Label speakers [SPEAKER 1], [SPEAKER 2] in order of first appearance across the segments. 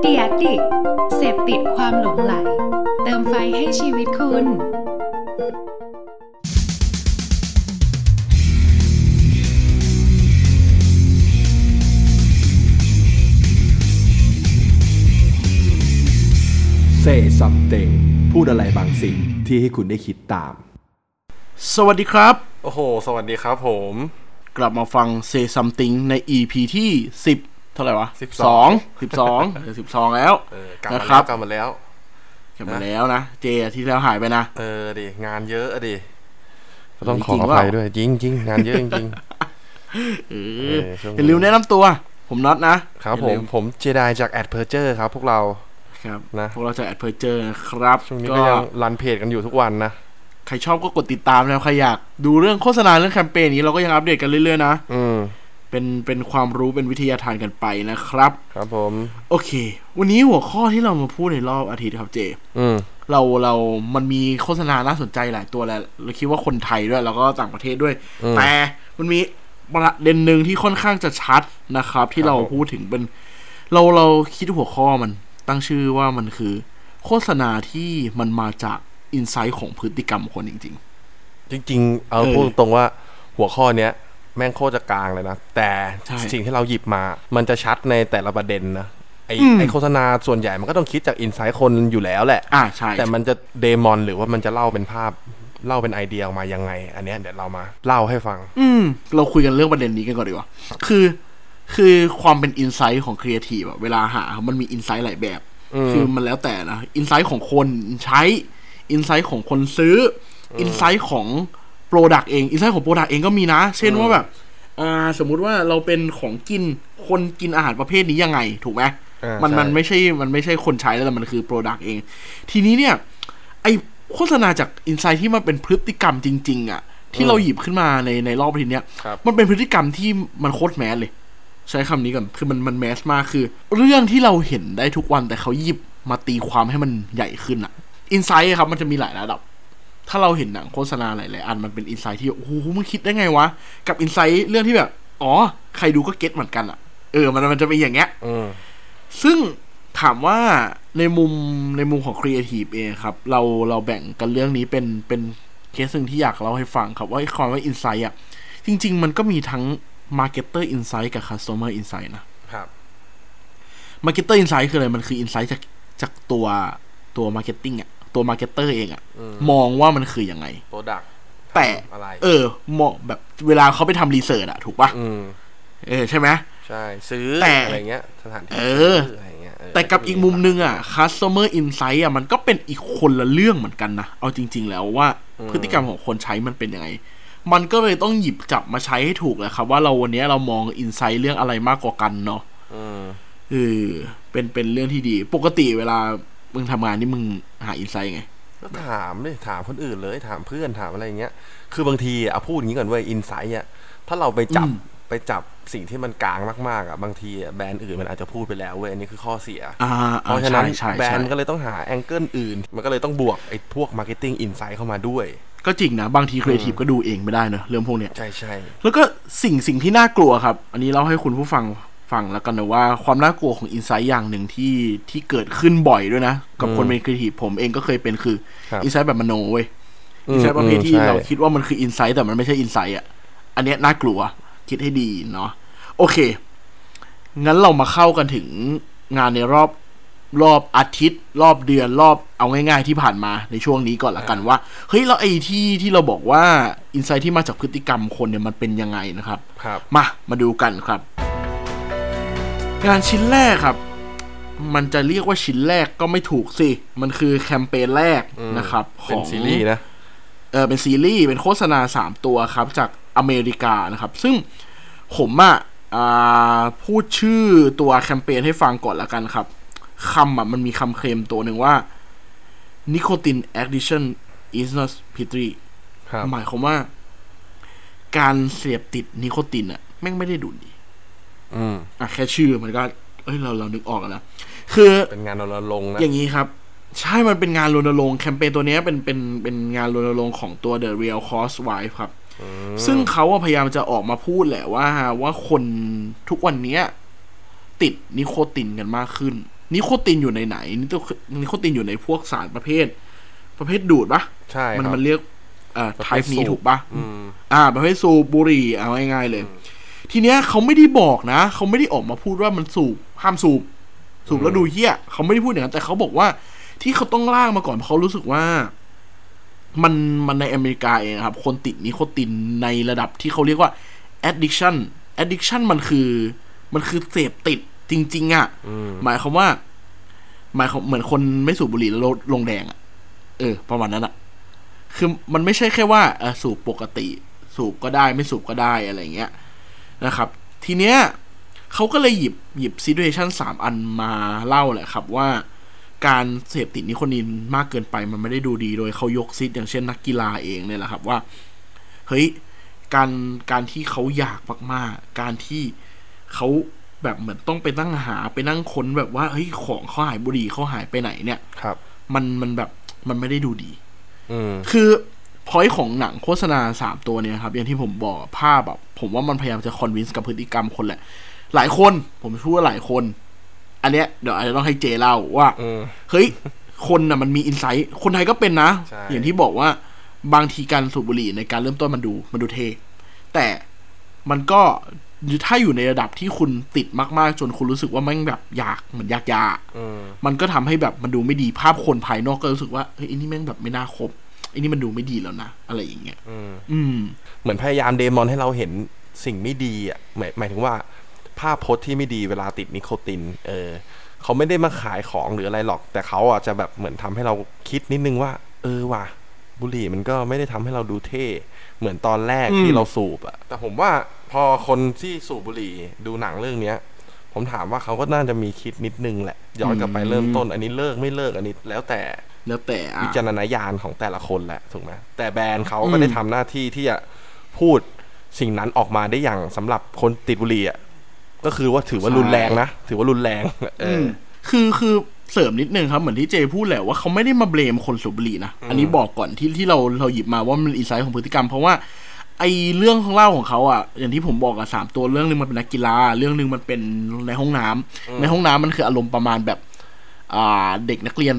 [SPEAKER 1] เดียดิกเสพติดความหลงไหล เติมไฟให้ชีวิตคุณ
[SPEAKER 2] Say something พูดอะไรบางสิ่งที่ให้คุณได้คิดตาม
[SPEAKER 3] สวัสดีครับ
[SPEAKER 4] โอ้โห สวัสดีครับผม
[SPEAKER 3] กลับมาฟัง Say Something ใน EP ที่ 10 เท่าไหร่วะ
[SPEAKER 4] 12
[SPEAKER 3] 12 12เดี๋ยว12 แล้ว
[SPEAKER 4] เออกลับ
[SPEAKER 3] นะ
[SPEAKER 4] มา
[SPEAKER 3] ค
[SPEAKER 4] แล้
[SPEAKER 3] รั
[SPEAKER 4] ว
[SPEAKER 3] บ
[SPEAKER 4] กลับมาแล้ว
[SPEAKER 3] กลับมาแล้วนะ เจอาที่แล้วหายไปนะ
[SPEAKER 4] เออดิงานเยอะอะดิ
[SPEAKER 3] ก็ต้องขออภัยด้วย
[SPEAKER 4] จริงจริงงานเยอะจริง
[SPEAKER 3] เออ
[SPEAKER 4] เออช่วงนี้
[SPEAKER 3] อย่าลืมแนะนำตัว ผมน็อตนะครับ อย่า
[SPEAKER 4] ผ
[SPEAKER 3] ลื
[SPEAKER 4] มผมเจไดจากแอดเพอร์เจอร์ครับพวกเรา
[SPEAKER 3] ครับ
[SPEAKER 4] นะ
[SPEAKER 3] พวกเราจะแอดเพอร์เจอนะครับ
[SPEAKER 4] ช่วงนี้
[SPEAKER 3] ก็
[SPEAKER 4] ก็ยังรันเพจกันอยู่ทุกวันนะ
[SPEAKER 3] ใครชอบก็กดติดตามแล้วใครอยากดูเรื่องโฆษณาเรื่องแคมเปญนี้เราก็ยังอัปเดตกันเรื่อยๆนะ
[SPEAKER 4] อืม
[SPEAKER 3] เป็นเป็นความรู้เป็นวิทยาทานกันไปนะครับ
[SPEAKER 4] ครับผม
[SPEAKER 3] โอเค วันนี้หัวข้อที่เรามาพูดในรอบอาทิตย์ครับเจ
[SPEAKER 4] อืม
[SPEAKER 3] เราเรา มันมีโฆษณาน่าสนใจหลายตัวแหละเราคิดว่าคนไทยด้วย แล้วก็ต่างประเทศด้วย
[SPEAKER 4] อืม
[SPEAKER 3] แต่มันมีประเด็นหนึ่งที่ค่อนข้างจะชัดนะครับ ที่เราพูดถึงเป็น เราเราคิดหัวข้อมันตั้งชื่อว่ามันคือ โฆษณาที่มันมาจากอินไซต์ของพฤติกรรมคนจริง
[SPEAKER 4] จริง ๆ เอา
[SPEAKER 3] เออ
[SPEAKER 4] พูดตรงๆว่าหัวข้อเนี้ย แม่งโคตรจะกลางเลยนะ แต่
[SPEAKER 3] ใช่
[SPEAKER 4] สิ่งที่เราหยิบมา มันจะชัดในแต่ละประเด็นนะ ไอ
[SPEAKER 3] อืม
[SPEAKER 4] ไอโฆษณาส่วนใหญ่มันก็ต้องคิดจากอินไซต์คนอยู่แล้วแหละ
[SPEAKER 3] ๆ อ่าใช่
[SPEAKER 4] แต่มันจะเดมอนหรือว่ามันจะเล่าเป็นภาพเล่าเป็นไอเดียออกมายังไง อันเนี้ยเดี๋ยวเรามาเล่าให้ฟัง
[SPEAKER 3] อืม เราคุยกันเรื่องประเด็นนี้กันก่อนดีกว่า คือ คือความเป็นอินไซต์ของครีเอทีฟอะเวลาหา มันมีอินไซต์หลายแบบ คือมันแล้วแต่นะอินไซต์ของคนใช้อินไซต์ของคนซื้ออินไซต์ของโปรดักเองอินไซต์ของโปรดักเองก็มีนะ เช่นว่าแบบอ่าสมมุติว่าเราเป็นของกินคนกินอาหารประเภทนี้ยังไง ถูกไหม
[SPEAKER 4] อ่ามั
[SPEAKER 3] มัน
[SPEAKER 4] ใช่
[SPEAKER 3] มันไม่ใช่มันไม่ใช่คนใช้แล้วแต่มันคือโปรดักเอง ทีนี้เนี่ย ไอโฆษณาจากอินไซต์ที่มันเป็นพฤติกรรมจริง ๆอะที่เราหยิบขึ้นมาในในรอบทีเนี้ย
[SPEAKER 4] ครับ
[SPEAKER 3] มันเป็นพฤติกรรมที่มันโคตรแมสเลย ใช้คำนี้ก่อน คือมันมันแมสมากคือ เรื่องที่เราเห็นได้ทุกวันแต่เขาหยิบมาตีความให้มันใหญ่ขึ้นอะอินไซต์ครับมันจะมีหลายระดับ ถ้าเราเห็นหนังโฆษณาหลายๆอันมันเป็นอินไซต์ที่ โอ้โหมึงคิดได้ไงวะ กับอินไซต์เรื่องที่แบบ อ๋อ ใครดูก็เก็ตเหมือนกันอะเออ มันมันจะเป็นอย่างเงี้ย
[SPEAKER 4] อืม
[SPEAKER 3] ซึ่งถามว่าในมุมในมุมของครีเอทีฟเองครับ เราเราแบ่งกันเรื่องนี้เป็นเป็นเคสหนึ่งที่อยากเล่าให้ฟังครับ ว่าไอ้ความว่าอินไซต์อ่ะ จริง ๆ มันก็มีทั้ง Marketer Insight กับ Customer Insight นะ
[SPEAKER 4] ครับ
[SPEAKER 3] Marketer Insight คืออะไร มันคือ Insight จากจากตัวตัว Marketing อ่ะ ตัว Marketer เองอ่ะ มองว่ามันคือยังไง
[SPEAKER 4] โปรดัก
[SPEAKER 3] แต่
[SPEAKER 4] อะไร
[SPEAKER 3] เออเหมาะแบบเวลาเขาไปทำรีเสิร์ชอะถูกปะ
[SPEAKER 4] อืม
[SPEAKER 3] เออใช่ไหม
[SPEAKER 4] ใช่ ซื้อ
[SPEAKER 3] แต่
[SPEAKER 4] อะไรเงี้ยสถานที่
[SPEAKER 3] เออ
[SPEAKER 4] ซื้อะไรเงี้ยเ
[SPEAKER 3] แต่กับอีกมุมนึงอ่ะ customer insight อ่ะ มันก็เป็นอีกคนละเรื่องเหมือนกันนะ เอาจริง ๆ แล้วว่าพฤติกรรมของคนใช้มันเป็นยังไง มันก็เลยต้องหยิบจับมาใช้ให้ถูกแหละครับว่าเราวันเนี้ยเรามอง insight เรื่องอะไรมากกว่ากันเนาะ
[SPEAKER 4] อืม
[SPEAKER 3] เออเป็นเป็นเรื่องที่ดี ปกติเวลามึงทำงานนี่มึงหา insight ไง
[SPEAKER 4] ก็ถามเลยถามคนอื่นเลย ถามเพื่อนถามอะไรเงี้ย คือบางทีอะพูดอย่างนี้ก่อนเว้ยอินไซต์อะถ้าเราไปจับ
[SPEAKER 3] อืม
[SPEAKER 4] ไปจับสิ่งที่มันกลางมากๆอะบางทีอะแบรนด์อื่นมันอาจจะพูดไปแล้วเว้ยอันนี้คือข้อเสีย
[SPEAKER 3] อ่า
[SPEAKER 4] เพ
[SPEAKER 3] อ่า
[SPEAKER 4] ราะฉะนั้
[SPEAKER 3] ใช่
[SPEAKER 4] น
[SPEAKER 3] ใช่
[SPEAKER 4] แบร
[SPEAKER 3] ใช่
[SPEAKER 4] นด์ก็เลยต้องหาแองเกิลอื่น มันก็เลยต้องบวกไอ้พวก Marketing Insight เข้ามาด้วย
[SPEAKER 3] ก็จริงนะ บางทีครีเอทีฟก็ดูเองไม่ได้เนอะเรื่องพวกเนี้ย
[SPEAKER 4] ใช่ใช่
[SPEAKER 3] แล้วก็สิ่งสิ่งที่น่ากลัวครับ อันนี้เล่าให้คุณผู้ฟังฟังแล้วกันนะว่าความน่ากลัวของอินไซต์อย่างหนึ่งที่ที่เกิดขึ้นบ่อยด้วยนะ กับคนเป็นครีเอทีฟผมเองก็เคยเป็นคือ
[SPEAKER 4] ครับ
[SPEAKER 3] อินไซต์แบบมโนเว้ย
[SPEAKER 4] อืม
[SPEAKER 3] อินไซต์ประเภทที่
[SPEAKER 4] อืมใช่
[SPEAKER 3] เราคิดว่ามันคืออินไซต์แต่มันไม่ใช่อินไซต์อ่ะ อันเนี้ยน่ากลัว คิดให้ดีเนาะโอเค งั้นเรามาเข้ากันถึงงานในรอบรอบอาทิตย์ รอบเดือนรอบเอาง่าย ๆ ที่ผ่านมาในช่วงนี้ก่อนละกันว่าเฮ้ยเราไอ้ที่ที่เราบอกว่าอินไซต์ที่มาจากพฤติกรรมคนเนี่ยมันเป็นยังไงนะครับ
[SPEAKER 4] ครับ
[SPEAKER 3] มา มาดูกันครับ งานชิ้นแรกครับ มันจะเรียกว่าชิ้นแรกก็ไม่ถูกสิ มันคือแคมเปญแรกนะครับข
[SPEAKER 4] เป็น
[SPEAKER 3] อง
[SPEAKER 4] ซีรีส์นะ
[SPEAKER 3] เออเป็นซีรีส์ เป็นโฆษณา 3 ตัวครับ จากอเมริกานะครับ ซึ่งผมอ่ะอ่าพูดชื่อตัวแคมเปญให้ฟังก่อนละกันครับคำอ่ะมันมีคำเคลมตัวหนึ่งว่า nicotine addiction is not petri
[SPEAKER 4] ครับ
[SPEAKER 3] หมายความว่า การเสพติดนิโคตินอ่ะแม่งไม่ได้ดูดดี
[SPEAKER 4] อืม
[SPEAKER 3] อ่ะแค่ชื่อมันก็ เอ้ยเราเรานึกออกแล้วนะคือ
[SPEAKER 4] เป็นงานรณรงค์นะ
[SPEAKER 3] อย่างนี้ครับ ใช่มันเป็นงานรณรงค์แคมเปญตัวเนี้ยเป็นเป็นเป็นงานรณรงค์ของตัว The Real Cause Wife ครับ ซึ่งเขาอะพยายามจะออกมาพูดแหละว่าว่าคนทุกวันเนี้ย ติดนิโคตินกันมากขึ้น นิโคตินอยู่ในไหนนิโตนิโคตินอยู่ในพวกสารประเภท ประเภทดูดปะ
[SPEAKER 4] ใช่
[SPEAKER 3] มัน
[SPEAKER 4] ครับ
[SPEAKER 3] มันเรียกเอ่อ
[SPEAKER 4] ประเภท
[SPEAKER 3] type นี้
[SPEAKER 4] สูบ
[SPEAKER 3] ถูกปะ
[SPEAKER 4] อืม
[SPEAKER 3] อ่าประเภทสูบบุหรี่เอาง่ายๆเลย ทีเนี้ยเขาไม่ได้บอกนะ เขาไม่ได้ออกมาพูดว่ามันสูบห้ามสูบ สูบแล้วดูเหี้ยเขาไม่ได้พูดอย่างนั้นแต่เขาบอกว่า ที่เขาต้องล่างมาก่อนเพราะเขารู้สึกว่า มันมันในอเมริกาเองนะครับ คนติดนิโคตินในระดับที่เขาเรียกว่า addiction addiction มันคือ มันคือเสพติดจริง ๆอะ่ะ
[SPEAKER 4] อืม
[SPEAKER 3] หมายความว่า หมายความเหมือนคนไม่สูบบุหรี่แล้วลงแดงอะ่ะ เออ ประมาณนั้นอ่ะ คือมันไม่ใช่แค่ว่าเอ่อสูบปกติ สูบก็ได้ไม่สูบก็ได้อะไรเงี้ยนะครับ ทีเนี้ยเขาก็เลยหยิบหยิบซีดูเอชันสามอันมาเล่าแหละครับว่า การเสพติดนิโคตินมากเกินไปมันไม่ได้ดูดีโดยเขายกซิดอย่างเช่นนักกีฬาเองเนี่ยแหละครับว่า เฮ้ยการการที่เขาอยากมากๆ การที่เขาแบบเหมือนต้องไปนั่งหาไปนั่งค้นแบบว่าเฮ้ยของเขาหายบุหรี่เขาหายไปไหนเนี่ย
[SPEAKER 4] ครับ
[SPEAKER 3] มันมันแบบมันไม่ได้ดูดี
[SPEAKER 4] อืม
[SPEAKER 3] คือพอยของหนังโฆษณาสามตัวเนี่ยครับ อย่างที่ผมบอกภาพแบบผมว่ามันพยายามจะคอนวินส์กับพฤติกรรมคนแหละ หลายคนผมเชื่อว่าหลายคน อันเนี้ยเดี๋ยวอาจจะต้องให้เจเล่าว่า
[SPEAKER 4] อืม
[SPEAKER 3] เฮ้ย คนน่ะมันมีอินไซต์คนไทยก็เป็นนะ
[SPEAKER 4] ใช่
[SPEAKER 3] อย่างที่บอกว่าบางทีการสูบบุหรี่ในการเริ่มต้นมันดูมันดูเท แต่มันก็ถ้าอยู่ในระดับที่คุณติดมากๆ จนคุณรู้สึกว่าแม่งแบบอยากเหมือนอยากยา
[SPEAKER 4] อืม
[SPEAKER 3] มันก็ทำให้แบบมันดูไม่ดีภาพคนภายนอกก็รู้สึกว่าเฮ้ยไอันนี้แม่งแบบไม่น่าคบไอันนี้มันดูไม่ดีแล้วนะ อะไรอย่างเงี้ย
[SPEAKER 4] อืม
[SPEAKER 3] อืม
[SPEAKER 4] เหมือนพยายามเดมอนให้เราเห็นสิ่งไม่ดีอ่ะหมายหมายถึงว่า ภาพพจน์ที่ไม่ดีเวลาติดนิโคติน เออเขาไม่ได้มาขายของหรืออะไรหรอก แต่เขาอ่ะจะแบบเหมือนทำให้เราคิดนิดนึงว่า เออว่ะบุหรี่มันก็ไม่ได้ทำให้เราดูเท่เหมือนตอนแรก
[SPEAKER 3] อืม
[SPEAKER 4] ที่เราสูบอ่ะแต่ผมว่าพอคนที่สูบบุหรี่ดูหนังเรื่องเนี้ย ผมถามว่าเขาก็น่าจะมีคิดนิดนึงแหละย้อนกลับไปเริ่มต้น อันนี้เลิกไม่เลิกอันนี้แล้วแต่
[SPEAKER 3] แล้วแต่อ่ะ
[SPEAKER 4] วิจารณญาณของแต่ละคนแหละถูกไหมแต่แบรนด์เขาก็
[SPEAKER 3] อืม
[SPEAKER 4] ได้ทำหน้าที่ที่จะพูดสิ่งนั้นออกมาได้อย่างสำหรับคนติดบุหรี่อ่ะก็คือว่าถือว่ารุนแรงนะ ถือว่ารุนแรงเออ
[SPEAKER 3] มคือคือเสริมนิดนึงครับ เหมือนที่เจพูดแหละว่าเขาไม่ได้มาเบลมคนสูบบุหรี่นะ อันนี้บอกก่อนที่ที่เราเราหยิบมาว่ามันอินไซต์ของพฤติกรรม เพราะว่าไอเรื่องของเล่าของเขาอ่ะอย่างที่ผมบอกอะสามตัวเรื่องหนึงมันเป็นนักกีฬา เรื่องหนึงมันเป็นในห้องน้ำในห้องน้ำมันคืออารมณ์ประมาณแบบ อ่าเด็กนักเรียน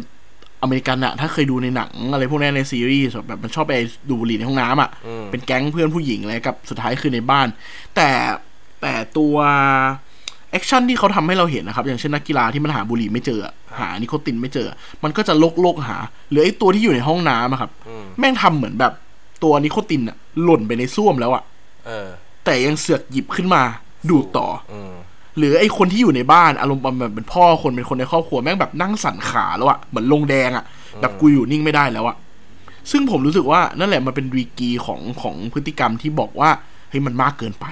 [SPEAKER 3] อเมริกันอะถ้าเคยดูในหนังอะไรพวกนี้ในซีรีส์แบบมันชอบไปดูบุหรี่ในห้องน้ำอะเป็นแก๊งเพื่อนผู้หญิงอะไรกับสุดท้ายคือในบ้าน แต่แต่ตัว แอคชั่นที่เขาทำให้เราเห็นนะครับ อย่างเช่นนักกีฬาที่มันหาบุหรี่ไม่เจออะหานิโคตินไม่เจอ มันก็จะโลกโลกหา หรือไอ้ตัวที่อยู่ในห้องน้ำอะครับ แม่งทำเหมือนแบบตัวนิโคตินอะหล่นไปในส้วมแล้วอะ
[SPEAKER 4] เออ
[SPEAKER 3] แต่ยังเสือกหยิบขึ้นมาดูดต่อ
[SPEAKER 4] อืม
[SPEAKER 3] หรือไอ้คนที่อยู่ในบ้านอารมณ์ประมาณเป็นพ่อคนเป็นคนในครอบครัวแม่งแบบนั่งสั่นขาแล้วอะเหมือนลงแดงอะแบบกูอยู่นิ่งไม่ได้แล้วอะซึ่งผมรู้สึกว่านั่นแหละมันเป็นวีกีของของพฤติกรรมที่บอกว่าเฮ้ยมันมากเกินไป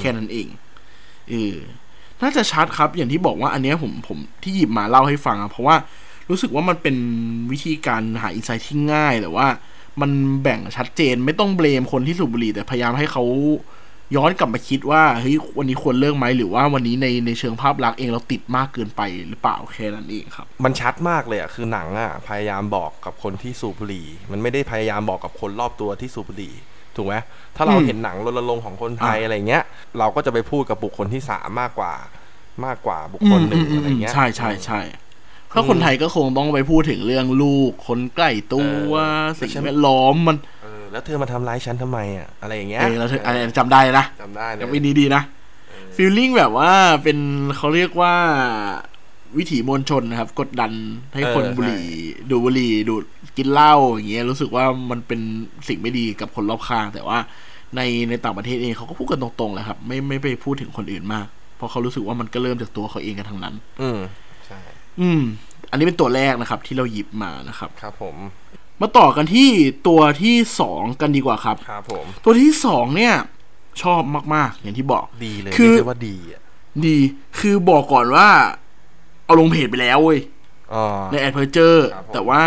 [SPEAKER 3] แค่นั้นเองเออน่าจะชัดครับอย่างที่บอกว่าอันเนี้ยผมผมที่หยิบมาเล่าให้ฟังอะเพราะว่ารู้สึกว่ามันเป็นวิธีการหาอินไซต์ที่ง่ายแต่ว่า มันแบ่งชัดเจนไม่ต้องเบลมคนที่สูบบุหรี่แต่พยายามให้เขา ย้อนกลับมาคิดว่าเฮ้ยวันนี้ควรเลิกไหมหรือว่าวันนี้ในในเชิงภาพลักษณ์เองเราติดมากเกินไปหรือเปล่าแค่นั้นเองครับ
[SPEAKER 4] มันชัดมากเลยอ่ะคือหนังอ่ะพยายามบอกกับคนที่สูบบุหรี่ มันไม่ได้พยายามบอกกับคนรอบตัวที่สูบบุหรี่ถูกไหมถ้าเรา
[SPEAKER 3] อืม
[SPEAKER 4] เห็นหนังรณรงค์ของคนไทย
[SPEAKER 3] อ่ะ
[SPEAKER 4] อะไรเงี้ย เราก็จะไปพูดกับบุคคลที่สามมากกว่า มากกว่าบุคคลหนึ่งอะไรเงี้ย
[SPEAKER 3] ใช่ใช่ใช่ถ้าคนไทยก็คงต้องไปพูดถึงเรื่องลูก คนใกล้ตัว
[SPEAKER 4] เออ
[SPEAKER 3] สิ่งแวดล้อมมัน
[SPEAKER 4] เออแล้วเธอมาทำร้ายฉันทำไมอ่ะอะไรอย่างเงี้ย
[SPEAKER 3] เออเราอะไรจำได้นะ
[SPEAKER 4] จำได้เลย
[SPEAKER 3] จำไม่ดีดีๆนะฟีลลิ่งแบบว่าเป็นเขาเรียกว่าวิถีมวลชนนะครับ กดดันให้คน
[SPEAKER 4] เออ
[SPEAKER 3] บุหรี่
[SPEAKER 4] ใช่
[SPEAKER 3] ดูดบุหรี่ดูดกินเหล้าอย่างเงี้ยรู้สึกว่ามันเป็นสิ่งไม่ดีกับคนรอบข้าง แต่ว่าในในต่างประเทศเองเขาก็พูดกันตรงๆแหละครับ ไม่ไม่ไปพูดถึงคนอื่นมาก เพราะเขารู้สึกว่ามันก็เริ่มจากตัวเขาเองกันทั้งนั้น
[SPEAKER 4] อืมใช่
[SPEAKER 3] อืม อันนี้เป็นตัวแรกนะครับ ที่เราหยิบมานะครับ
[SPEAKER 4] ครับผม
[SPEAKER 3] มาต่อกันที่ตัวที่สองกันดีกว่าครับ
[SPEAKER 4] ครับผม
[SPEAKER 3] ตัวที่สองเนี่ย ชอบมากๆ อย่างที่บอก
[SPEAKER 4] ดีเลย
[SPEAKER 3] คือ
[SPEAKER 4] เรียกได้ว่าดีอ่ะ
[SPEAKER 3] ดีคือบอกก่อนว่า เอาลงเพจไปแล้วเว้ย
[SPEAKER 4] อ๋อ
[SPEAKER 3] ในแอดเพอร์เจอร์
[SPEAKER 4] ครับผม
[SPEAKER 3] แต่ว่า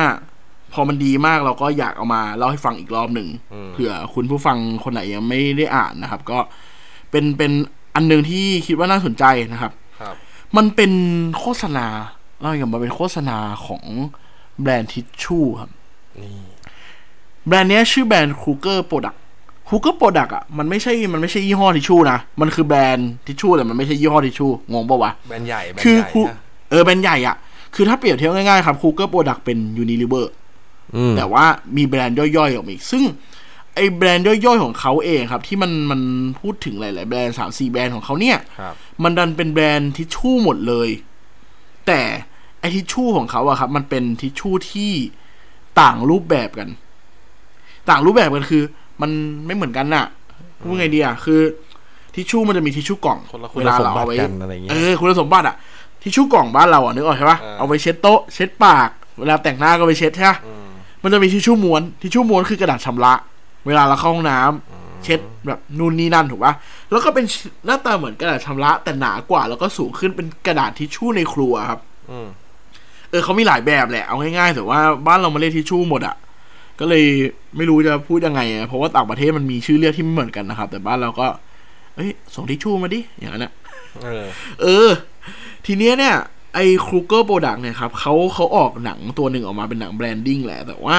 [SPEAKER 3] พอมันดีมากเราก็อยากเอามาเล่าให้ฟังอีกรอบหนึ่ง
[SPEAKER 4] อืม
[SPEAKER 3] เผื่อคุณผู้ฟังคนไหนยังไม่ได้อ่านนะครับ ก็เป็นเป็นอันหนึ่งที่คิดว่าน่าสนใจนะครับ
[SPEAKER 4] ครับ
[SPEAKER 3] มันเป็นโฆษณาเล่าอย่างมันเป็นโฆษณาของแบรนด์ทิชชู่ครับ
[SPEAKER 4] นี่
[SPEAKER 3] แบรนด์เนี้ยชื่อแบรนด์คูเกอร์โปรดักคูเกอร์โปรดักอ่ะมันไม่ใช่มันไม่ใช่ยี่ห้อทิชชู่นะ มันคือแบรนด์ทิชชู่แต่มันไม่ใช่ยี่ห้อทิชชู่งงปะวะ
[SPEAKER 4] แบรนด์ใหญ่แบรน
[SPEAKER 3] คือ
[SPEAKER 4] ด์ใหญ่
[SPEAKER 3] คู
[SPEAKER 4] นะ
[SPEAKER 3] เอ ออแบรนด์ใหญ่อ่ะ คือถ้าเปรียบเทียบง่ายๆครับคูเกอร์โปรดักเป็นยูนิลิเวอร์
[SPEAKER 4] อืม
[SPEAKER 3] แต่ว่ามีแบรนด์ย่อยๆออกมาอีก ซึ่งไอแบรนด์ย่อยๆของเขาเองครับ ที่มันมันพูดถึงหลาย ๆ แบรนด์สามสี่แบรนด์ของเขาเนี่ย
[SPEAKER 4] ครับ
[SPEAKER 3] มันดันเป็นแบรนด์ทิชชู่หมดเลย แต่ไอทิชชู่ของเขาอะครับ มันเป็นทิชชู่ที่ต่างรูปแบบกัน ต่างรูปแบบกันคือ มันไม่เหมือนกันน่ะพูดไงดีอะคือ ทิชชู่มันจะมีทิชชู่กล่อง
[SPEAKER 4] คนละคุณ
[SPEAKER 3] เวลาเราเอาไว้
[SPEAKER 4] สมบัติกันอะไรอย่างเงี้ย
[SPEAKER 3] เออคุณสมบัติอะทิชชู่กล่องบ้านเราอะนึกออกใช่ปะ
[SPEAKER 4] อ่า
[SPEAKER 3] เอาไปเช็ดโต๊ะเช็ดปาก เวลาแต่งหน้าก็ไปเช็ดใช่ปะ มันจะมีทิชชู่ม้วนทิชชู่ม้วนคือกระดาษชำระ เวลาเราเข้าห้องน้ำเช็ดแบบนู่นนี่นั่นถูกปะแล้วก็เป็นหน้าตาเหมือนกระดาษชำระ แต่หนากว่า แล้วก็สูงขึ้นเป็นกระดาษทิชชู่ในครัวครับ
[SPEAKER 4] อืม
[SPEAKER 3] เออเขามีหลายแบบแหละเอาง่ายๆแต่ว่าบ้านเรามาเรียกทิชชู่หมดอะ่ะ ก็เลยไม่รู้จะพูดยังไงอะเพราะว่าต่างประเทศมันมีชื่อเรียกที่ไม่เหมือนกันนะครับ แต่บ้านเราก็ เอ้ยส่งทิชชู่มาดิอย่างนั้นอะ
[SPEAKER 4] เออ
[SPEAKER 3] เออ ทีเนี้ยเนี่ย ไอ้ครูเกอร์โปรดักเนี่ยครับเขาเขาออกหนังตัวหนึ่งออกมาเป็นหนังแบรนดิ้งแหละ แต่ว่า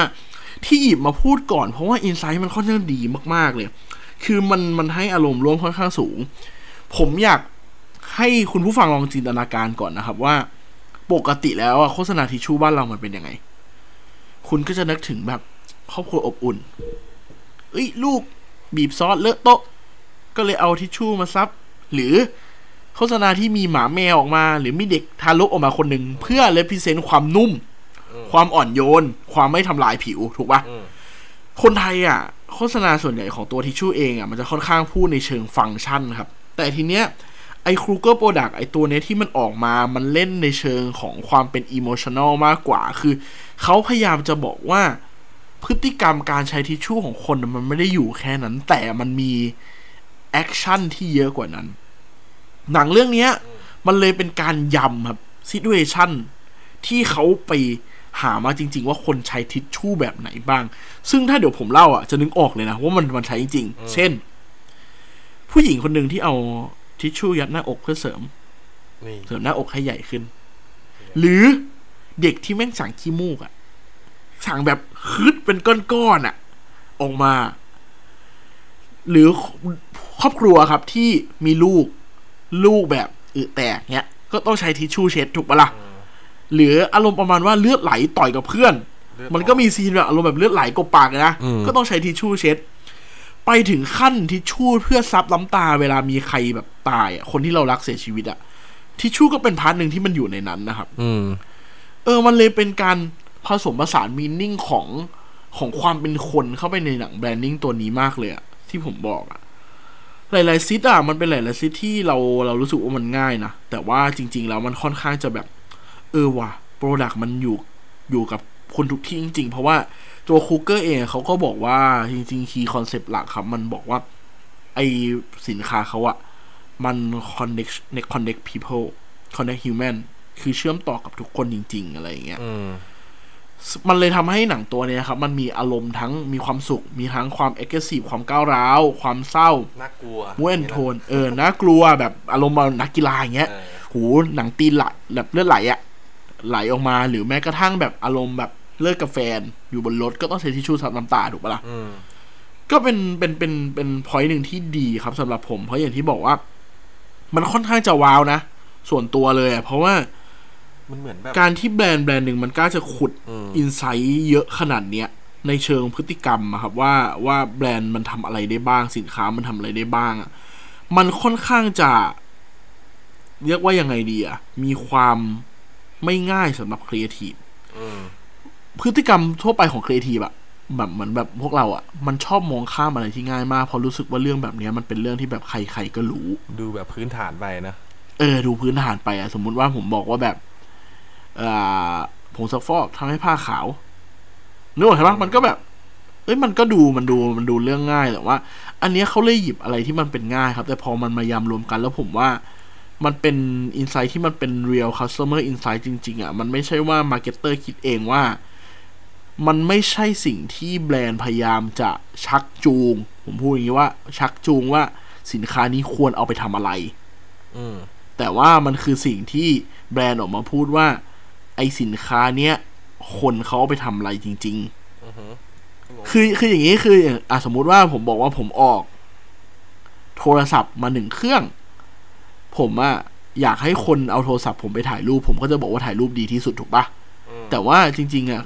[SPEAKER 3] ที่หยิบมาพูดก่อน เพราะว่าอินไซต์มันค่อนข้างดีมาก ๆ เลย คือมันมันให้อารมณ์ร่วมค่อนข้างสูง ผมอยากให้คุณผู้ฟังลองจินตนาการก่อนนะครับว่า ปกติแล้วอะโฆษณาทิชชู่บ้านเรามันเป็นยังไง คุณก็จะนึกถึงแบบครอบครัวอบอุ่น เอ้ยลูกบีบซอสเลอะโต๊ะ ก็เลยเอาทิชชู่มาซับ หรือ โฆษณาที่มีหมาแมวออกมา หรือมีเด็กทารกออกมาคนหนึ่งเพื่อเลพิเซนต์ความนุ่ม ความอ่อนโยน ความไม่ทำลายผิวถูกปะ
[SPEAKER 4] อืม
[SPEAKER 3] คนไทยอ่ะ โฆษณาส่วนใหญ่ของตัวทิชชู่เองอ่ะมันจะค่อนข้างพูดในเชิงฟังก์ชันครับ แต่ทีเนี้ยไอ้ครูเกอร์โปรดักไอ้ตัวเนี้ยที่มันออกมา มันเล่นในเชิงของความเป็นอิโมชัน a ลมากกว่า คือเขาพยายามจะบอกว่า พฤติกรรมการใช้ทิชชู่ของคนน่ะมันไม่ได้อยู่แค่นั้น แต่มันมีแอคชั่นที่เยอะกว่านั้น หนังเรื่องเนี้ย มันเลยเป็นการยำครับซิทูเอชั่นที่เขาไปหามาจริง ๆ ว่าคนใช้ทิชชู่แบบไหนบ้าง ซึ่งถ้าเดี๋ยวผมเล่าอ่ะจะนึกออกเลยนะ ว่ามันมันใช้จริง ๆ เช่น ผู้หญิงคนหนึ่งที่เอาทิชชู่ยัดหน้าอกเพื่อเสริม
[SPEAKER 4] นี่
[SPEAKER 3] เสริมหน้าอกให้ใหญ่ขึ้น หรือเด็กที่แม่งสั่งขี้มูกอะสั่งแบบคืดเป็นก้อนๆอะออกมา หรือครอบครัวครับที่มีลูก ลูกแบบอึแตกเนี้ย ก็ต้องใช้ทิชชู่เช็ดถูกปะล่ะหรืออารมณ์ประมาณว่าเลือดไหลต่อยกับเพื่อน มันก็มีซีนแบบอารมณ์แบบเลือดไหลกบปากเลยนะก็ต้องใช้ทิชชู่เช็ด ไปถึงขั้นทิชชู่เพื่อซับน้ำตาเวลามีใครแบบตายอะคนที่เรารักเสียชีวิตอะทิชชู่ก็เป็นพาร์ทหนึ่งที่มันอยู่ในนั้นนะครับ
[SPEAKER 4] อืม
[SPEAKER 3] เออ มันเลยเป็นการผสมผสานมีนิ่งของของความเป็นคนเข้าไปในหนังแบรนดิ้งตัวนี้มากเลยอะที่ผมบอกอะหลายๆซิตอะมันเป็นหลายๆซิตที่เราเรารู้สึกว่ามันง่ายนะ แต่ว่าจริง ๆ แล้วมันค่อนข้างจะแบบ เออว่ะโปรดักต์มันอยู่อยู่กับคนทุกที่จริง ๆ เพราะว่าตัวคูเกอร์เองเขาก็บอกว่าจริงๆคีย์คอนเซปต์หลักครับมันบอกว่า ไอสินค้าเขาอะมัน connect connect people connect human คือเชื่อมต่อกับทุกคนจริง ๆ อะไรอย่างเงี้ย
[SPEAKER 4] อืม
[SPEAKER 3] มันเลยทำให้หนังตัวเนี้ยครับ มันมีอารมณ์ทั้งมีความสุข มีทั้งความเอ็กซ์ซีฟความก้าวร้าว ความเศร้า
[SPEAKER 4] น่ากลัว
[SPEAKER 3] ม้วนโทน เออน่ากลัวแบบอารมณ์แบบนักกีฬาอย่างเงี้ย
[SPEAKER 4] เออ
[SPEAKER 3] หูหนังตีนไหลแบบเลือดไหลอะไหลออกมาหรือแม้กระทั่งแบบอารมณ์แบบเลิกกับแฟน อยู่บนรถก็ต้องใช้ทิชชู่ซับน้ำตาถูกปะล่ะ
[SPEAKER 4] อืม
[SPEAKER 3] ก็เป็นเป็นเป็นเป็นพอยต์หนึ่งที่ดีครับสำหรับผมเพราะอย่างที่บอกว่า มันค่อนข้างจะว้าวนะ ส่วนตัวเลยอะเพราะว่า
[SPEAKER 4] มันเหมือนแบบ
[SPEAKER 3] การที่แบรนด์แบรนด์หนึ่งมันกล้าจะขุด
[SPEAKER 4] อืม
[SPEAKER 3] อินไซต์เยอะขนาดเนี้ย ในเชิงพฤติกรรมอะครับว่าว่าแบรนด์มันทำอะไรได้บ้างสินค้ามันทำอะไรได้บ้างอะมันค่อนข้างจะ เรียกว่ายังไงดีอะมีความไม่ง่ายสำหรับครีเอทีฟ
[SPEAKER 4] อืม
[SPEAKER 3] พฤติกรรมทั่วไปของครีเอทีฟอะแบบเหมือนแบบพวกเราอะมันชอบมองข้ามอะไรที่ง่ายมากเพราะรู้สึกว่าเรื่องแบบเนี้ยมันเป็นเรื่องที่แบบใครๆก็รู้
[SPEAKER 4] ดูแบบพื้นฐานไปนะ
[SPEAKER 3] เออ ดูพื้นฐานไปอะสมมุติว่าผมบอกว่าแบบ เอ่อผงซักฟอกทำให้ผ้าขาวนึกออกใช่ปะมันก็แบบ เอ้ยมันก็ดูมันดูมันดูเรื่องง่ายแต่ว่า อันเนี้ยเขาเลยหยิบอะไรที่มันเป็นง่ายครับ แต่พอมันมายำรวมกันแล้วผมว่า มันเป็นอินไซต์ที่มันเป็น real customer insight จริง ๆอะ่ะ มันไม่ใช่ว่า marketer คิดเองว่า มันไม่ใช่สิ่งที่แบรนด์พยายามจะชักจูง ผมพูดอย่างนี้ว่า ชักจูงว่าสินค้านี้ควรเอาไปทำอะไร
[SPEAKER 4] อืม
[SPEAKER 3] แต่ว่ามันคือสิ่งที่แบรนด์ออกมาพูดว่า ไอสินค้าเนี้ยคนเขาเอาไปทำอะไรจริง ๆ คือคืออย่างนี้คืออย่างอ่ะสมมุติว่าผมบอกว่าผมออก โทรศัพท์มาหนึ่งเครื่อง ผมอะ อยากให้คนเอาโทรศัพท์ผมไปถ่ายรูป ผมก็จะบอกว่าถ่ายรูปดีที่สุดถูกปะแต่ว่าจริง ๆ อ่ะ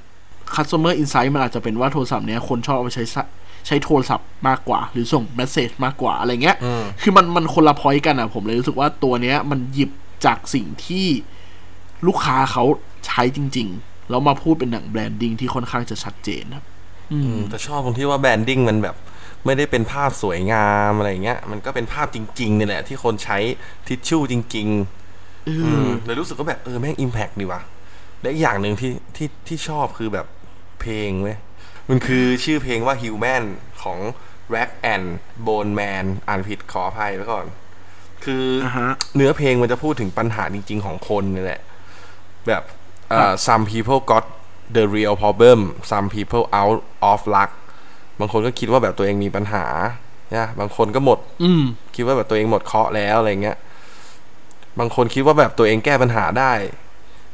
[SPEAKER 3] customer insight มันอาจจะเป็นว่าโทรศัพท์เนี้ยคนชอบเอาไปใช้สะใช้โทรศัพท์มากกว่า หรือส่ง message มากกว่าอะไรเงี้ย คือมันมันคนละพอยกันอ่ะ ผมเลยรู้สึกว่าตัวเนี้ย มันหยิบจากสิ่งที่ลูกค้าเขาใช้จริง ๆ แล้วมาพูดเป็นหนังแบรนดิ้งที่ค่อนข้างจะชัดเจนครับ
[SPEAKER 4] แต่ชอบตรงที่ว่าแบรนดิ้งมันแบบไม่ได้เป็นภาพสวยงามอะไรเงี้ย มันก็เป็นภาพจริงๆนี่แหละ ที่คนใช้ทิชชู่จริงๆอืมเลยรู้สึกว่าแบบเออแม่งอิมแพกดีว่ะและอีกอย่างหนึ่งที่ที่ที่ชอบคือแบบเพลงเว้ยมันคือชื่อเพลงว่า Human ของ r a c and Bone Man อ่านผิดขออภัยไว้ก่อน คืออา
[SPEAKER 3] ฮะ
[SPEAKER 4] เนื้อเพลงมันจะพูดถึงปัญหาจริง ๆ ของคนนี่แหละ แบบเอ่อ some people got the real problem some people out of luck บางคนก็คิดว่าแบบตัวเองมีปัญหานะบางคนก็หมด
[SPEAKER 3] อืม
[SPEAKER 4] คิดว่าแบบตัวเองหมดเคราะห์แล้วอะไรเงี้ย บางคนคิดว่าแบบตัวเองแก้ปัญหาได้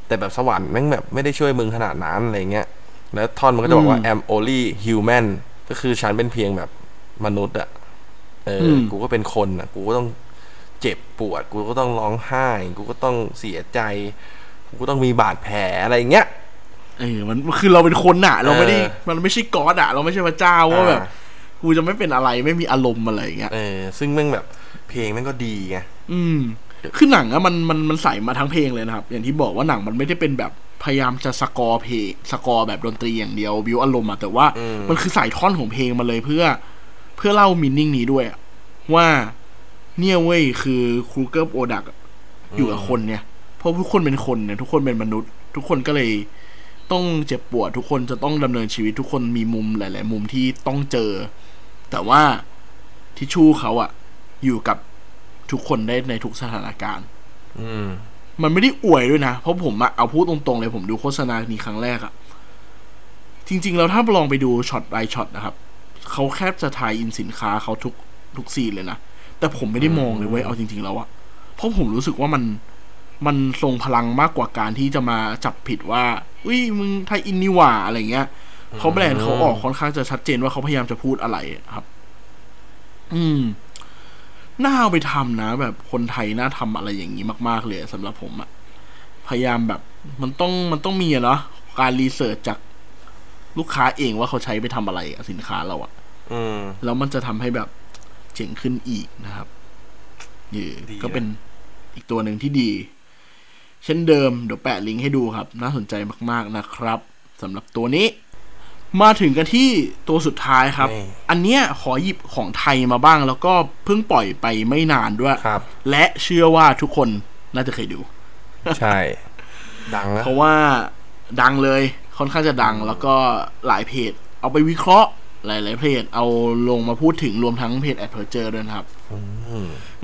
[SPEAKER 4] แต่แบบสวรรค์แม่งแบบไม่ได้ช่วยมึงขนาดนั้นอะไรเงี้ย แล้วท่อนมันก็จะบอกว่า I'm only human ก็คือฉันเป็นเพียงแบบมนุษย์อะเอออ
[SPEAKER 3] ม
[SPEAKER 4] กูก็เป็นคนอะกูก็ต้องเจ็บปวด กูก็ต้องร้องไห้ กูก็ต้องเสียใจ กูก็ต้องมีบาดแผลอะไรเงี้ย
[SPEAKER 3] เออมันคือเราเป็นคนอะเราไม่ได้
[SPEAKER 4] เออ
[SPEAKER 3] มันไม่ใช่กอดอะเราไม่ใช่พระเจ้าว่า
[SPEAKER 4] อ่า
[SPEAKER 3] แบบกูจะไม่เป็นอะไรไม่มีอารมณ์อะไรอย่างเงี้ย
[SPEAKER 4] เออ ซึ่งแม่งแบบเพลงแม่งก็ดีไง
[SPEAKER 3] อืม คือหนังอะมันมันมันใส่มาทั้งเพลงเลยนะครับ อย่างที่บอกว่าหนังมันไม่ได้เป็นแบบพยายามจะสกอร์เพลงสกอร์แบบดนตรีอย่างเดียวบิวอารมณ์อะแต่ว่า
[SPEAKER 4] อืม
[SPEAKER 3] มันคือใส่ท่อนของเพลงมาเลยเพื่อ เพื่อเล่ามินนิ่งนี้ด้วยอะว่าเนี่ยเว้ยคือครูเกิร์โอดักอยู่กับคนเนี่ยเพราะทุกคนเป็นคนเนี่ย ทุกคนเป็นมนุษย์ ทุกคนก็เลย ต้องเจ็บปวดทุกคนจะต้องดำเนินชีวิตทุกคนมีมุมหลาย ๆ มุมที่ต้องเจอ แต่ว่าทิชชู่เขาอะอยู่กับทุกคนได้ในทุกสถานการณ์
[SPEAKER 4] อืม
[SPEAKER 3] มันไม่ได้อวยด้วยนะ เพราะผมอะเอาพูดตรง ๆ เลยผมดูโฆษณานี้ครั้งแรกอะจริง ๆ แล้วถ้าลองไปดูช็อตรายช็อตนะครับ เขาแคบจะทายอินสินค้าเขาทุกทุกซีนเลยนะ แต่ผมไม่ได้มองเลยเว้ยเอาจริง ๆ แล้วอะเพราะผมรู้สึกว่ามันมันทรงพลังมากกว่าการที่จะมาจับผิดว่าอุ้ยมึงไทยอินนี่หว่าอะไรเงี้ยเพราะแบรนด์เขาออกค่อนข้างจะชัดเจนว่าเขาพยายามจะพูดอะไรครับ อืม น่าเอาไปทำนะ แบบคนไทยน่าทำอะไรอย่างนี้มาก ๆ เลยสำหรับผมอะพยายามแบบมันต้องมันต้องมีอะเนาะการรีเสิร์ชจากลูกค้าเองว่าเขาใช้ไปทำอะไรกับสินค้าเราอะ
[SPEAKER 4] อืม
[SPEAKER 3] แล้วมันจะทำให้แบบเจ๋งขึ้นอีกนะครับเออ
[SPEAKER 4] ดีนะ
[SPEAKER 3] ก็เป็นอีกตัวหนึ่งที่ดี เช่นเดิมเดี๋ยวแปะลิงก์ให้ดูครับ น่าสนใจมาก ๆนะครับสำหรับตัวนี้ มาถึงกันที่ตัวสุดท้ายครับ
[SPEAKER 4] นี่
[SPEAKER 3] อันเนี้ยขอหยิบของไทยมาบ้าง แล้วก็เพิ่งปล่อยไปไม่นานด้วย
[SPEAKER 4] ครับ
[SPEAKER 3] และเชื่อว่าทุกคนน่าจะเคยดู
[SPEAKER 4] ใช่ ดังแล้ว
[SPEAKER 3] เพราะว่าดังเลยค่อนข้างจะดังแล้วก็หลายเพจ เอาไปวิเคราะห์ หลาย ๆ เพจ เอาลงมาพูดถึงรวมทั้งเพจแอดเพอร์เจอร์ด้วยนะครับ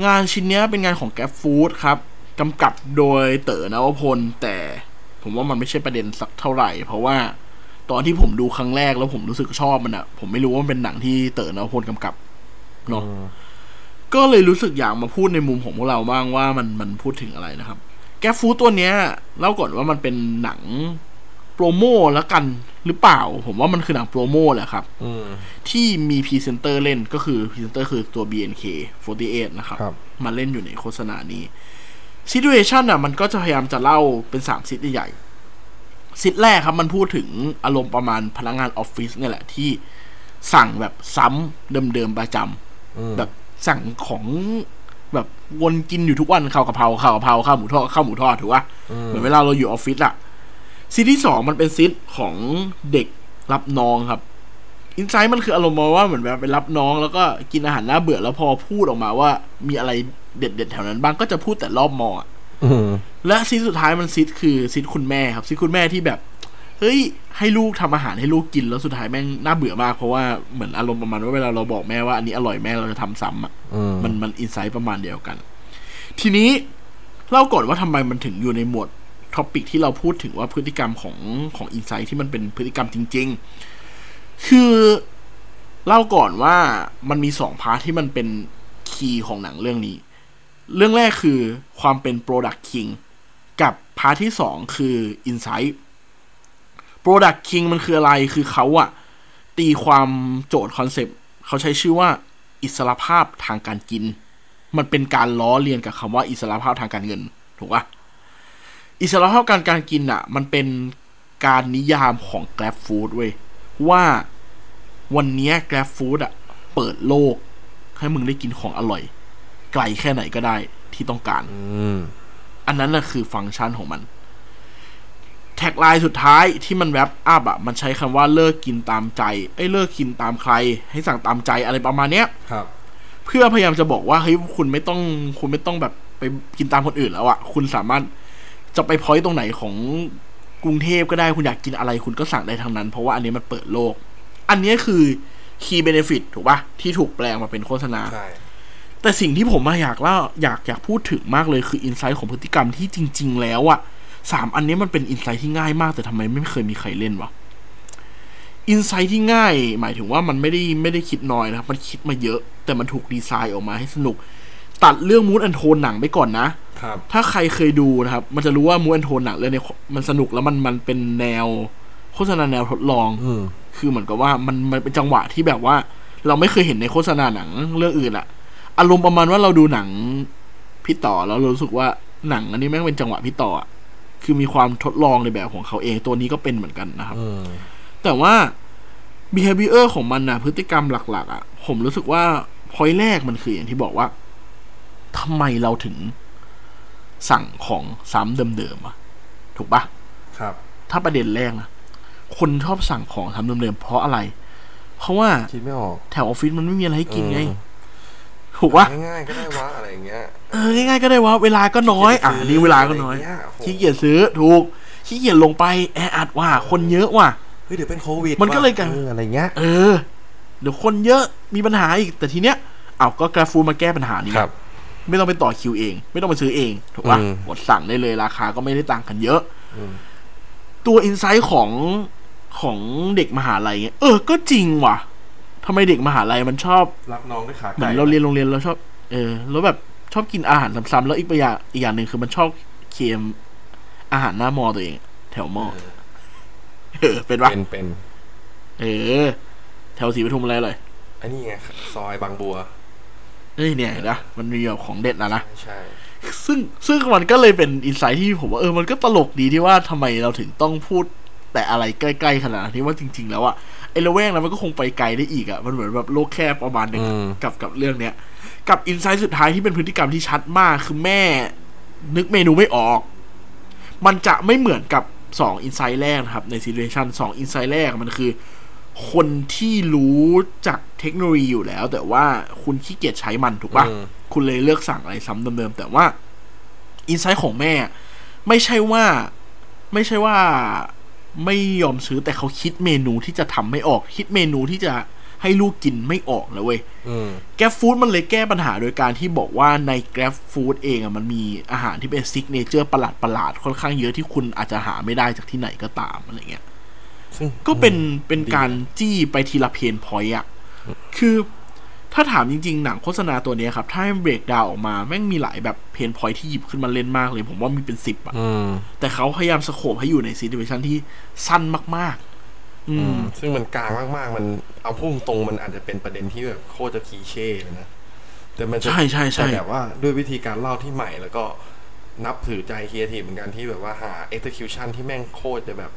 [SPEAKER 3] งานชิ้นเนี้ยเป็นงานของ Grab Food ครับกำกับโดยเต๋อนวพล แต่ผมว่ามันไม่ใช่ประเด็นสักเท่าไหร่ เพราะว่าตอนที่ผมดูครั้งแรกแล้วผมรู้สึกชอบมันอะผมไม่รู้ว่ามันเป็นหนังที่เต๋อนวพลกำกับเนาะก็เลยรู้สึกอยากมาพูดในมุมของพวกเราบ้างว่ามันมันพูดถึงอะไรนะครับ แกฟูดตัวเนี้ยเล่าก่อนว่ามันเป็นหนังโปรโมแล้วกันหรือเปล่า ผมว่ามันคือหนังโปรโมแหละครับ
[SPEAKER 4] อืม
[SPEAKER 3] ที่มีพรีเซนเตอร์เล่นก็คือพรีเซนเตอร์คือตัว BNK48 นะครับ
[SPEAKER 4] ครับ
[SPEAKER 3] มาเล่นอยู่ในโฆษณานี้ซิ t u เ t ชันอ่ะมันก็จะพยายามจะเล่าเป็นสามซิทใหญ่ๆซิทแรกครับมันพูดถึงอารมณ์ประมาณพนักงานออฟฟิศเนี่ยแหละที่สั่งแบบซ้ำเดิมๆประจำ แบบสั่งของแบบวนกินอยู่ทุกวันข้าวกะเพราข้าวกะเพราข้าวหมูทอดข้าวหมูทอดถูกป่ะเหมือนเวลาเราอยู่ออฟฟิศอะซีนที่สองมันเป็นซีนของเด็กรับน้องครับอินไซต์มันคืออารมณ์ประมาณว่าเหมือนแบบไปรับน้องแล้วก็กินอาหารหน้าเบื่อแล้วพอพูดออกมาว่ามีอะไรเด็ดๆแถวนั้นบ้างก็จะพูดแต่รอบมออะ
[SPEAKER 4] อืม
[SPEAKER 3] และซีนสุดท้ายมันซีนคือซีนคุณแม่ครับซีนคุณแม่ที่แบบ เฮ้ย ให้ลูกทำอาหารให้ลูกกินแล้วสุดท้ายแม่งน่าเบื่อมาก เพราะว่าเหมือนอารมณ์ประมาณว่าเวลาเราบอกแม่ว่าอันนี้อร่อยแม่เราจะทำซ้ำอ่ะ
[SPEAKER 4] อืม
[SPEAKER 3] มันมันอินไซต์ประมาณเดียวกัน ทีนี้เล่าก่อนว่าทำไมมันถึงอยู่ในหมวดท็อปิกที่เราพูดถึงว่าพฤติกรรมของของอินไซต์ที่มันเป็นพฤติกรรมจริง ๆ คือเล่าก่อนว่ามันมีสองพาร์ทที่มันเป็นคีย์ของหนังเรื่องนี้ เรื่องแรกคือความเป็น Product King กับพาร์ทที่ 2 คือ Insight Product King มันคืออะไรคือเขาอะตีความโจทย์คอนเซปต์เขาใช้ชื่อว่าอิสรภาพทางการกิน มันเป็นการล้อเลียนกับคำว่าอิสรภาพทางการเงิน ถูกปะอิสระภาพการการกินอ่ะ มันเป็นการนิยามของ Grab Food เว้ย ว่าวันเนี้ย Grab Food อ่ะ เปิดโลก ให้มึงได้กินของอร่อย ไกลแค่ไหนก็ได้ที่ต้องการ
[SPEAKER 4] อืม
[SPEAKER 3] อันนั้นน่ะคือฟังก์ชันของมัน แท็กไลน์สุดท้ายที่มันแรปอัพอ่ะ มันใช้คำว่าเลิกกินตามใจ เอ้ยเลิกกินตามใคร ให้สั่งตามใจอะไรประมาณเนี้ย
[SPEAKER 2] ครับ
[SPEAKER 3] เพื่อพยายามจะบอกว่าเฮ้ยคุณไม่ต้องคุณไม่ต้องแบบไปกินตามคนอื่นแล้วอะ่ะ คุณสามารถจะไปพอยต์ตรงไหนของกรุงเทพก็ได้คุณอยากกินอะไรคุณก็สั่งได้ทั้งนั้น เพราะว่าอันนี้มันเปิดโลก อันนี้คือคีย์เบเนฟิตถูกปะที่ถูกแปลงมาเป็นโฆษณา
[SPEAKER 2] ใช่
[SPEAKER 3] แต่สิ่งที่ผมมาอยากเล่าอยากอยากพูดถึงมากเลยคืออินไซต์ของพฤติกรรมที่จริง ๆ แล้วอะสามอันนี้มันเป็นอินไซต์ที่ง่ายมากแต่ทำไมไม่เคยมีใครเล่นวะอินไซต์ที่ง่าย หมายถึงว่ามันไม่ได้ไม่ได้คิดน้อยนะครับ มันคิดมาเยอะ แต่มันถูกดีไซน์ออกมาให้สนุก ตัดเรื่องมูดอันโทนหนังไปก่อนนะ
[SPEAKER 2] ครับ
[SPEAKER 3] ถ้าใครเคยดูนะครับ มันจะรู้ว่ามูดอันโทนหนังเรื่องนี้มันสนุกแล้วมันมันเป็นแนว โฆษณาแนวทดลอง
[SPEAKER 4] อืม
[SPEAKER 3] คือเหมือนกับว่ามันมันเป็นจังหวะที่แบบว่า เราไม่เคยเห็นในโฆษณาหนังเรื่องอื่นอะอารมณ์ประมาณว่าเราดูหนังพี่ต่อแล้วเรารู้สึกว่าหนังอันนี้แม่งเป็นจังหวะพี่ต่ออะคือมีความทดลองในแบบของเขาเองตัวนี้ก็เป็นเหมือนกันนะครับ
[SPEAKER 4] อืม
[SPEAKER 3] แต่ว่า behavior ของมันนะพฤติกรรมหลัก ๆอะผมรู้สึกว่า point แรกมันคืออย่างที่บอกว่าทำไมเราถึงสั่งของซ้ำเดิมๆอะถูกปะ
[SPEAKER 2] ครับ
[SPEAKER 3] ถ้าประเด็นแรกนะ คนชอบสั่งของทำเดิมๆเพราะอะไร เพราะว่า
[SPEAKER 2] คิดไม่ออก
[SPEAKER 3] แถวออฟฟิศมันไม่มีอะไรให้กินไง
[SPEAKER 4] อืม
[SPEAKER 3] ถูกปะ
[SPEAKER 2] ง่ายๆก็ได้วะอะไรอย่างเงี้ย
[SPEAKER 3] เออง่ายๆก็ได้ว่า เวลาก็น้อย อ่ะอันนี่เวลาก็น้อย
[SPEAKER 2] อะไรเงี้ยโอ้โห
[SPEAKER 3] ขี้เกียจซื้อถูกขี้เกียจลงไปแออัดว่ะคนเยอะว่ะ
[SPEAKER 2] เฮ้ยเดี๋ยวเป็นโควิด
[SPEAKER 3] มันก็เลยกลาย
[SPEAKER 2] อออะไรเงี้ย
[SPEAKER 3] เออ เดี๋ยวคนเยอะมีปัญหาอีกแต่ทีเนี้ยเอาก็กราฟูมาแก้ปัญหานี้
[SPEAKER 4] ครับ
[SPEAKER 3] ไม่ต้องไปต่อคิวเอง ไม่ต้องไปซื้อเองถูกปะ
[SPEAKER 4] อืม
[SPEAKER 3] กดสั่งได้เลยราคาก็ไม่ได้ต่างกันเยอะตัวอินไซต์ของของเด็กมหาลัยเงี้ยเออ ก็จริงว่ะทำไมเด็กมหาลัยมันชอบ
[SPEAKER 2] รับน้องด้วยขา
[SPEAKER 3] เหมือนเราเรียนโรงเรียนเราชอบ เออ แล้วแบบชอบกินอาหารซ้ำๆแล้วอีกประอย่างอีกอย่างหนึ่งคือมันชอบเค็มอาหารหน้ามอตัวเอง แถวมอเออ เป็นปะ
[SPEAKER 4] เป็นเป็น
[SPEAKER 3] เออ แถวสีปทุมอะไรเลย
[SPEAKER 2] อันนี้ไง ซอยบางบัว
[SPEAKER 3] เอ้ยเนี่ยเห็นะมันมีแบบของเด็ดนะนะ
[SPEAKER 2] ใช่
[SPEAKER 3] ซึ่งซึ่งมันก็เลยเป็นอินไซต์ที่ผมว่าเออมันก็ตลกดีที่ว่าทำไมเราถึงต้องพูดแต่อะไรใกล้ๆขนาดนั้นที่ว่าจริง ๆ แล้วอะไอ้ละแวกนั้นมันก็คงไปไกลได้อีกอะมันเหมือนแบบโลกแคบประมาณหนึ่งอะกับกับเรื่องเนี้ย กับอินไซต์สุดท้ายที่เป็นพฤติกรรมที่ชัดมากคือแม่ นึกเมนูไม่ออก มันจะไม่เหมือนกับสองอินไซต์แรกนะครับ ในซีเรชันสองอินไซต์แรกมันคือ คนที่รู้จักเทคโนโลยีอยู่แล้ว แต่ว่าคุณขี้เกียจใช้มันถูกปะ
[SPEAKER 4] อืม
[SPEAKER 3] คุณเลยเลือกสั่งอะไรซ้ำเดิมๆแต่ว่า อินไซต์ของแม่ ไม่ใช่ว่า ไม่ใช่ว่าไม่ยอมซื้อแต่เขาคิดเมนูที่จะทำไม่ออก คิดเมนูที่จะให้ลูกกินไม่ออกแล้วเว้ย
[SPEAKER 4] อืม
[SPEAKER 3] แกร็บฟู้ดมันเลยแก้ปัญหาโดยการที่บอกว่าในแกร็บฟู้ดเองอะมันมีอาหารที่เป็นซิกเนเจอร์ประหลาดประหลาดๆค่อนข้างเยอะที่คุณอาจจะหาไม่ได้จากที่ไหนก็ตามอะไรเงี้ย
[SPEAKER 4] ซึ่ง
[SPEAKER 3] ก็เป็นเป็นการจี้ไปทีละเพนพอยต์อะคือถ้าถามจริงๆ หนังโฆษณาตัวเนี้ยครับ ถ้าให้เบรกดาวออกมาแม่งมีหลายแบบเพนพอยต์ที่หยิบขึ้นมาเล่นมากเลย ผมว่ามีเป็นสิบอะ
[SPEAKER 4] อืม
[SPEAKER 3] แต่เขาพยายามสโคปให้อยู่ในซีดิเวชันที่สั้นมาก ๆ อืม
[SPEAKER 4] ซึ่งมันกลางมากๆ มันเอาพุ่งตรงๆมันอาจจะเป็นประเด็นที่แบบโคตรจะคลีเช่เลยนะ แต่มันจะ
[SPEAKER 3] ใช่ใช่ใช่
[SPEAKER 4] แต่แบบว่าด้วยวิธีการเล่าที่ใหม่แล้วก็นับถือใจครีเอทีฟเหมือนกันที่แบบว่าหา execution ที่แม่งโคตรจะแบบ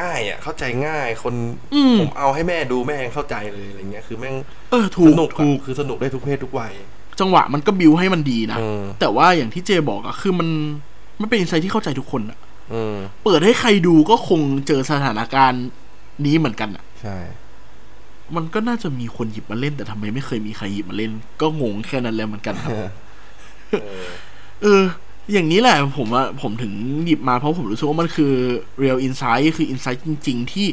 [SPEAKER 4] ง่ายอ่ะ เข้าใจง่ายคน
[SPEAKER 3] อืม
[SPEAKER 4] ผมเอาให้แม่ดูแม่ยังเข้าใจเลยอะไรเงี้ยคือแม่ง
[SPEAKER 3] เออถู
[SPEAKER 4] ส
[SPEAKER 3] ก
[SPEAKER 4] นุก
[SPEAKER 3] ถูก
[SPEAKER 4] อะคือสนุกได้ทุกเพศทุกวัย
[SPEAKER 3] จังหวะมันก็บิวให้มันดีนะ
[SPEAKER 4] อืม
[SPEAKER 3] แต่ว่าอย่างที่เจบอกอะคือมันมันเป็นอินไซต์ที่เข้าใจทุกคนอะ
[SPEAKER 4] อืม
[SPEAKER 3] เปิดให้ใครดูก็คงเจอสถานการณ์นี้เหมือนกันอะ
[SPEAKER 4] ใช่
[SPEAKER 3] มันก็น่าจะมีคนหยิบมาเล่นแต่ทำไมไม่เคยมีใครหยิบมาเล่น ก็งงแค่นั้นแหล้วเหมือนกันครับ เออ อย่างนี้แหละผมว่าผมถึงหยิบมาเพราะผมรู้สึกว่ามันคือ real insight คือ insight จริง ๆ ที่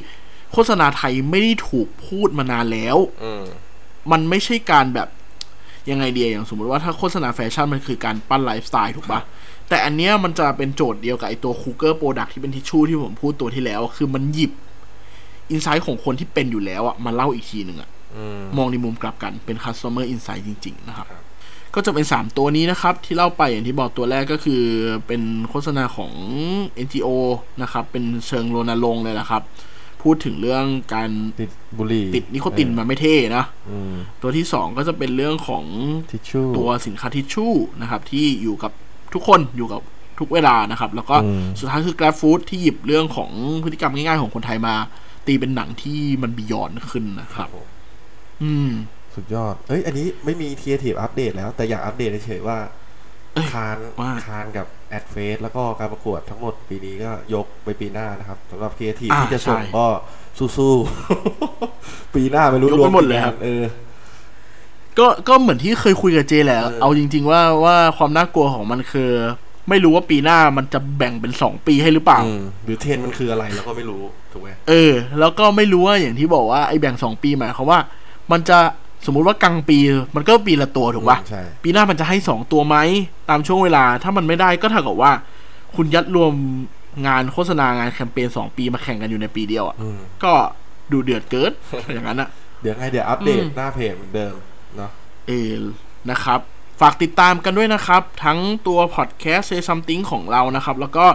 [SPEAKER 3] โฆษณาไทยไม่ได้ถูกพูดมานานแล้ว
[SPEAKER 4] อืม
[SPEAKER 3] มันไม่ใช่การแบบยังไงเดียอย่างสมมติว่าถ้าโฆษณาแฟชั่นมันคือการปั้นไลฟ์สไตล์ถูกปะแต่อันเนี้ยมันจะเป็นโจทย์เดียวกับไอตัวคูเกอร์โปรดักที่เป็นทิชชู่ที่ผมพูดตัวที่แล้ว คือมันหยิบอินไซต์ของคนที่เป็นอยู่แล้วอะมาเล่าอีกทีหนึ่งอะ
[SPEAKER 4] อืม
[SPEAKER 3] มองในมุมกลับกันเป็น customer insight จริง ๆ นะครับ
[SPEAKER 4] ครับ
[SPEAKER 3] ก็จะเป็น 3 ตัวนี้นะครับ ที่เล่าไปอย่างที่บอกตัวแรกก็คือเป็นโฆษณาของ NGO นะครับ เป็นเชิงรณรงค์เลยนะครับ พูดถึงเรื่องการ
[SPEAKER 2] ติดบุหรี่
[SPEAKER 3] ติดนิโคตินมาไม่เท่นะ
[SPEAKER 2] อืม
[SPEAKER 3] ตัวที่ 2 ก็จะเป็นเรื่องของ
[SPEAKER 2] ทิชชู่
[SPEAKER 3] ตัวสินค้าทิชชู่นะครับ ที่อยู่กับทุกคนอยู่กับ ทุกเวลานะครับ แล้วก็สุดท้ายคือ Grab Food ที่หยิบเรื่องของพฤติกรรมง่ายๆของคนไทยมา ตีเป็นหนังที่มันบียอนขึ้นนะครับ อืม
[SPEAKER 4] สุดยอด เอ้ย อันนี้ไม่มีเทียทีฟอัปเดตแล้ว แต่อยากอัปเดตเฉยๆว่า คาน
[SPEAKER 3] ว่า
[SPEAKER 4] คานกับแอดเฟสแล้วก็การประกวดทั้งหมดปีนี้ก็ยกไปปีหน้านะครับสำหรับเทียทีฟ
[SPEAKER 3] อ่า
[SPEAKER 4] ที่จะส่ง
[SPEAKER 3] ใช่
[SPEAKER 4] ก็สู้ๆ ปีหน้าไม่รู้
[SPEAKER 3] ยกไป
[SPEAKER 4] รวม
[SPEAKER 3] หมดเลย
[SPEAKER 4] กี่งาน
[SPEAKER 3] ครับ
[SPEAKER 4] เออ
[SPEAKER 3] ก็ก็เหมือนที่เคยคุยกับเจแหละ เอาจริง ๆ ว่าว่าความน่ากลัวของมันคือ ไม่รู้ว่าปีหน้ามันจะแบ่งเป็นสองปีให้หรือเปล่า
[SPEAKER 5] อืม
[SPEAKER 4] หรือเทรนด์มันคืออะไรเราก็ไม่รู้ ถูกไหม
[SPEAKER 3] เออ แล้วก็ไม่รู้ว่าอย่างที่บอกว่าไอ้แบ่งสองปีหมายความว่า มันจะสมมุติว่ากลางปีมันก็ปีละตัวถูกปะ
[SPEAKER 4] ใช่
[SPEAKER 3] ปีหน้ามันจะให้สองตัวไหม ตามช่วงเวลาถ้ามันไม่ได้ก็เท่ากับว่า คุณยัดรวมงานโฆษณางานแคมเปญสองปีมาแข่งกันอยู่ในปีเดียวอะ่ะ
[SPEAKER 4] อืม
[SPEAKER 3] ก็ดูเดือดเกิน อย่างนั้นอะ่ะ
[SPEAKER 4] เดี๋ยวไงเดี๋ยวอัปเดต
[SPEAKER 3] อืม
[SPEAKER 4] หน้าเพจเหมือนเดิมเนาะ
[SPEAKER 3] เออนะครับ ฝากติดตามกันด้วยนะครับ ทั้งตัวพอดแคสต์ Say Something ของเรานะครับ แล้วก็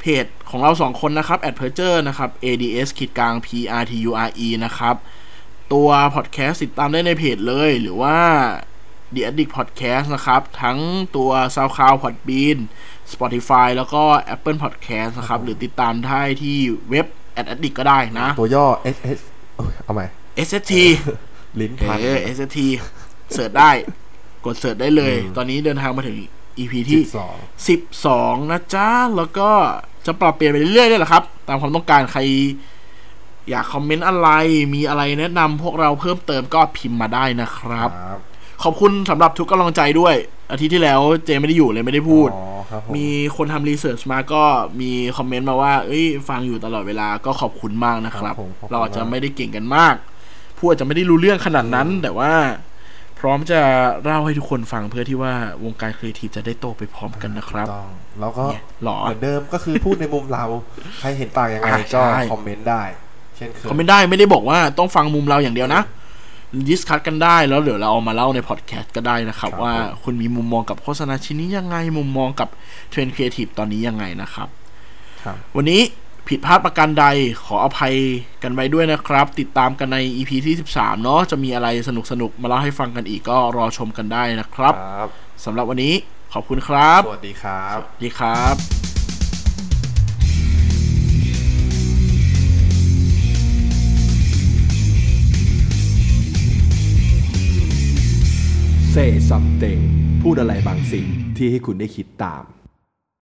[SPEAKER 3] เพจของเราสองคนนะครับ a d p e r t u r e นะครับ ads ขีดกลาง prture นะครับ ตัวพอดแคสต์ติดตามได้ในเพจเลย หรือว่า The Addict Podcast นะครับ ทั้งตัว SoundCloud Podbean Spotify แล้วก็ Apple Podcast นะครับ หรือติดตามได้ที่เว็บ a d addict ก็ได้นะ
[SPEAKER 4] ตัวย่อ S S โอ้ยเอาใหม่
[SPEAKER 3] SST
[SPEAKER 4] ลิ้น
[SPEAKER 3] เอ
[SPEAKER 4] พัน
[SPEAKER 3] อ SST เสิร์ชได้กดเสิร์ชได้เลย ตอนนี้เดินทางมาถึง EP ที่
[SPEAKER 4] สอง
[SPEAKER 3] 12 นะจ๊ะ แล้วก็จะปรับเปลี่ยนไปเรื่อยๆด้วยแหละครับ ตามความต้องการใคร อยากคอมเมนต์อะไรมีอะไรแนะนำพวกเราเพิ่มเติมก็พิมพ์มาได้นะครับ
[SPEAKER 4] ครับ
[SPEAKER 3] ขอบคุณสำหรับทุกกำลังใจด้วย อาทิตย์ที่แล้วเจไม่ได้อยู่เลยไม่ได้พูด
[SPEAKER 4] อ๋อครับผ
[SPEAKER 3] มีคนทำรีเสิร์ชมาก็มีคอมเมนต์มาว่า เอ้ย ฟังอยู่ตลอดเวลาก็ขอบคุณมากนะครับ เราอาจจะไม่ได้เก่งกันมาก ผู้อาจจะไม่ได้รู้เรื่องขนาดนั้น แต่ว่า พร้อมจะเล่าให้ทุกคนฟังเพื่อที่ว่าวงการครีเอทีฟจะได้โตไปพร้อมกันนะครับ
[SPEAKER 4] ต้องแล้วก็
[SPEAKER 3] เนี่ยหรอ
[SPEAKER 4] เหมือนเดิมก็คือพูดในมุมเรา ใครเห็นต่างยังไง
[SPEAKER 3] อ่ะ
[SPEAKER 4] ก็
[SPEAKER 3] ใช่
[SPEAKER 4] คอมเมนต์ได้ เช่นเคย
[SPEAKER 3] เขาไม่ได้ไม่ได้บอกว่าต้องฟังมุมเราอย่างเดียวนะดิสคัตกันได้แล้วเดี๋ยวเราเอามาเล่าในพอดแคสต์ก็ได้นะครับ ว่าคุณมีมุมมองกับโฆษณาชิ้นนี้ยังไง มุมมองกับเทรนด์ครีเอทีฟตอนนี้ยังไงนะครับ
[SPEAKER 4] ครับ
[SPEAKER 3] วันนี้ผิดพลาดประการใดขออภัยกันไว้ด้วยนะครับ ติดตามกันใน EP ที่13 เนาะจะมีอะไรสนุกๆ มาเล่าให้ฟังกันอีกก็รอชมกันได้นะครับ
[SPEAKER 4] ครับ
[SPEAKER 3] สำหรับวันนี้ขอบคุณครับ
[SPEAKER 4] สวัสดีครับ
[SPEAKER 3] สวัสดีครับ
[SPEAKER 2] เซซัมเตพูดอะไรบางสิ่งที่ให้คุณได้คิดตาม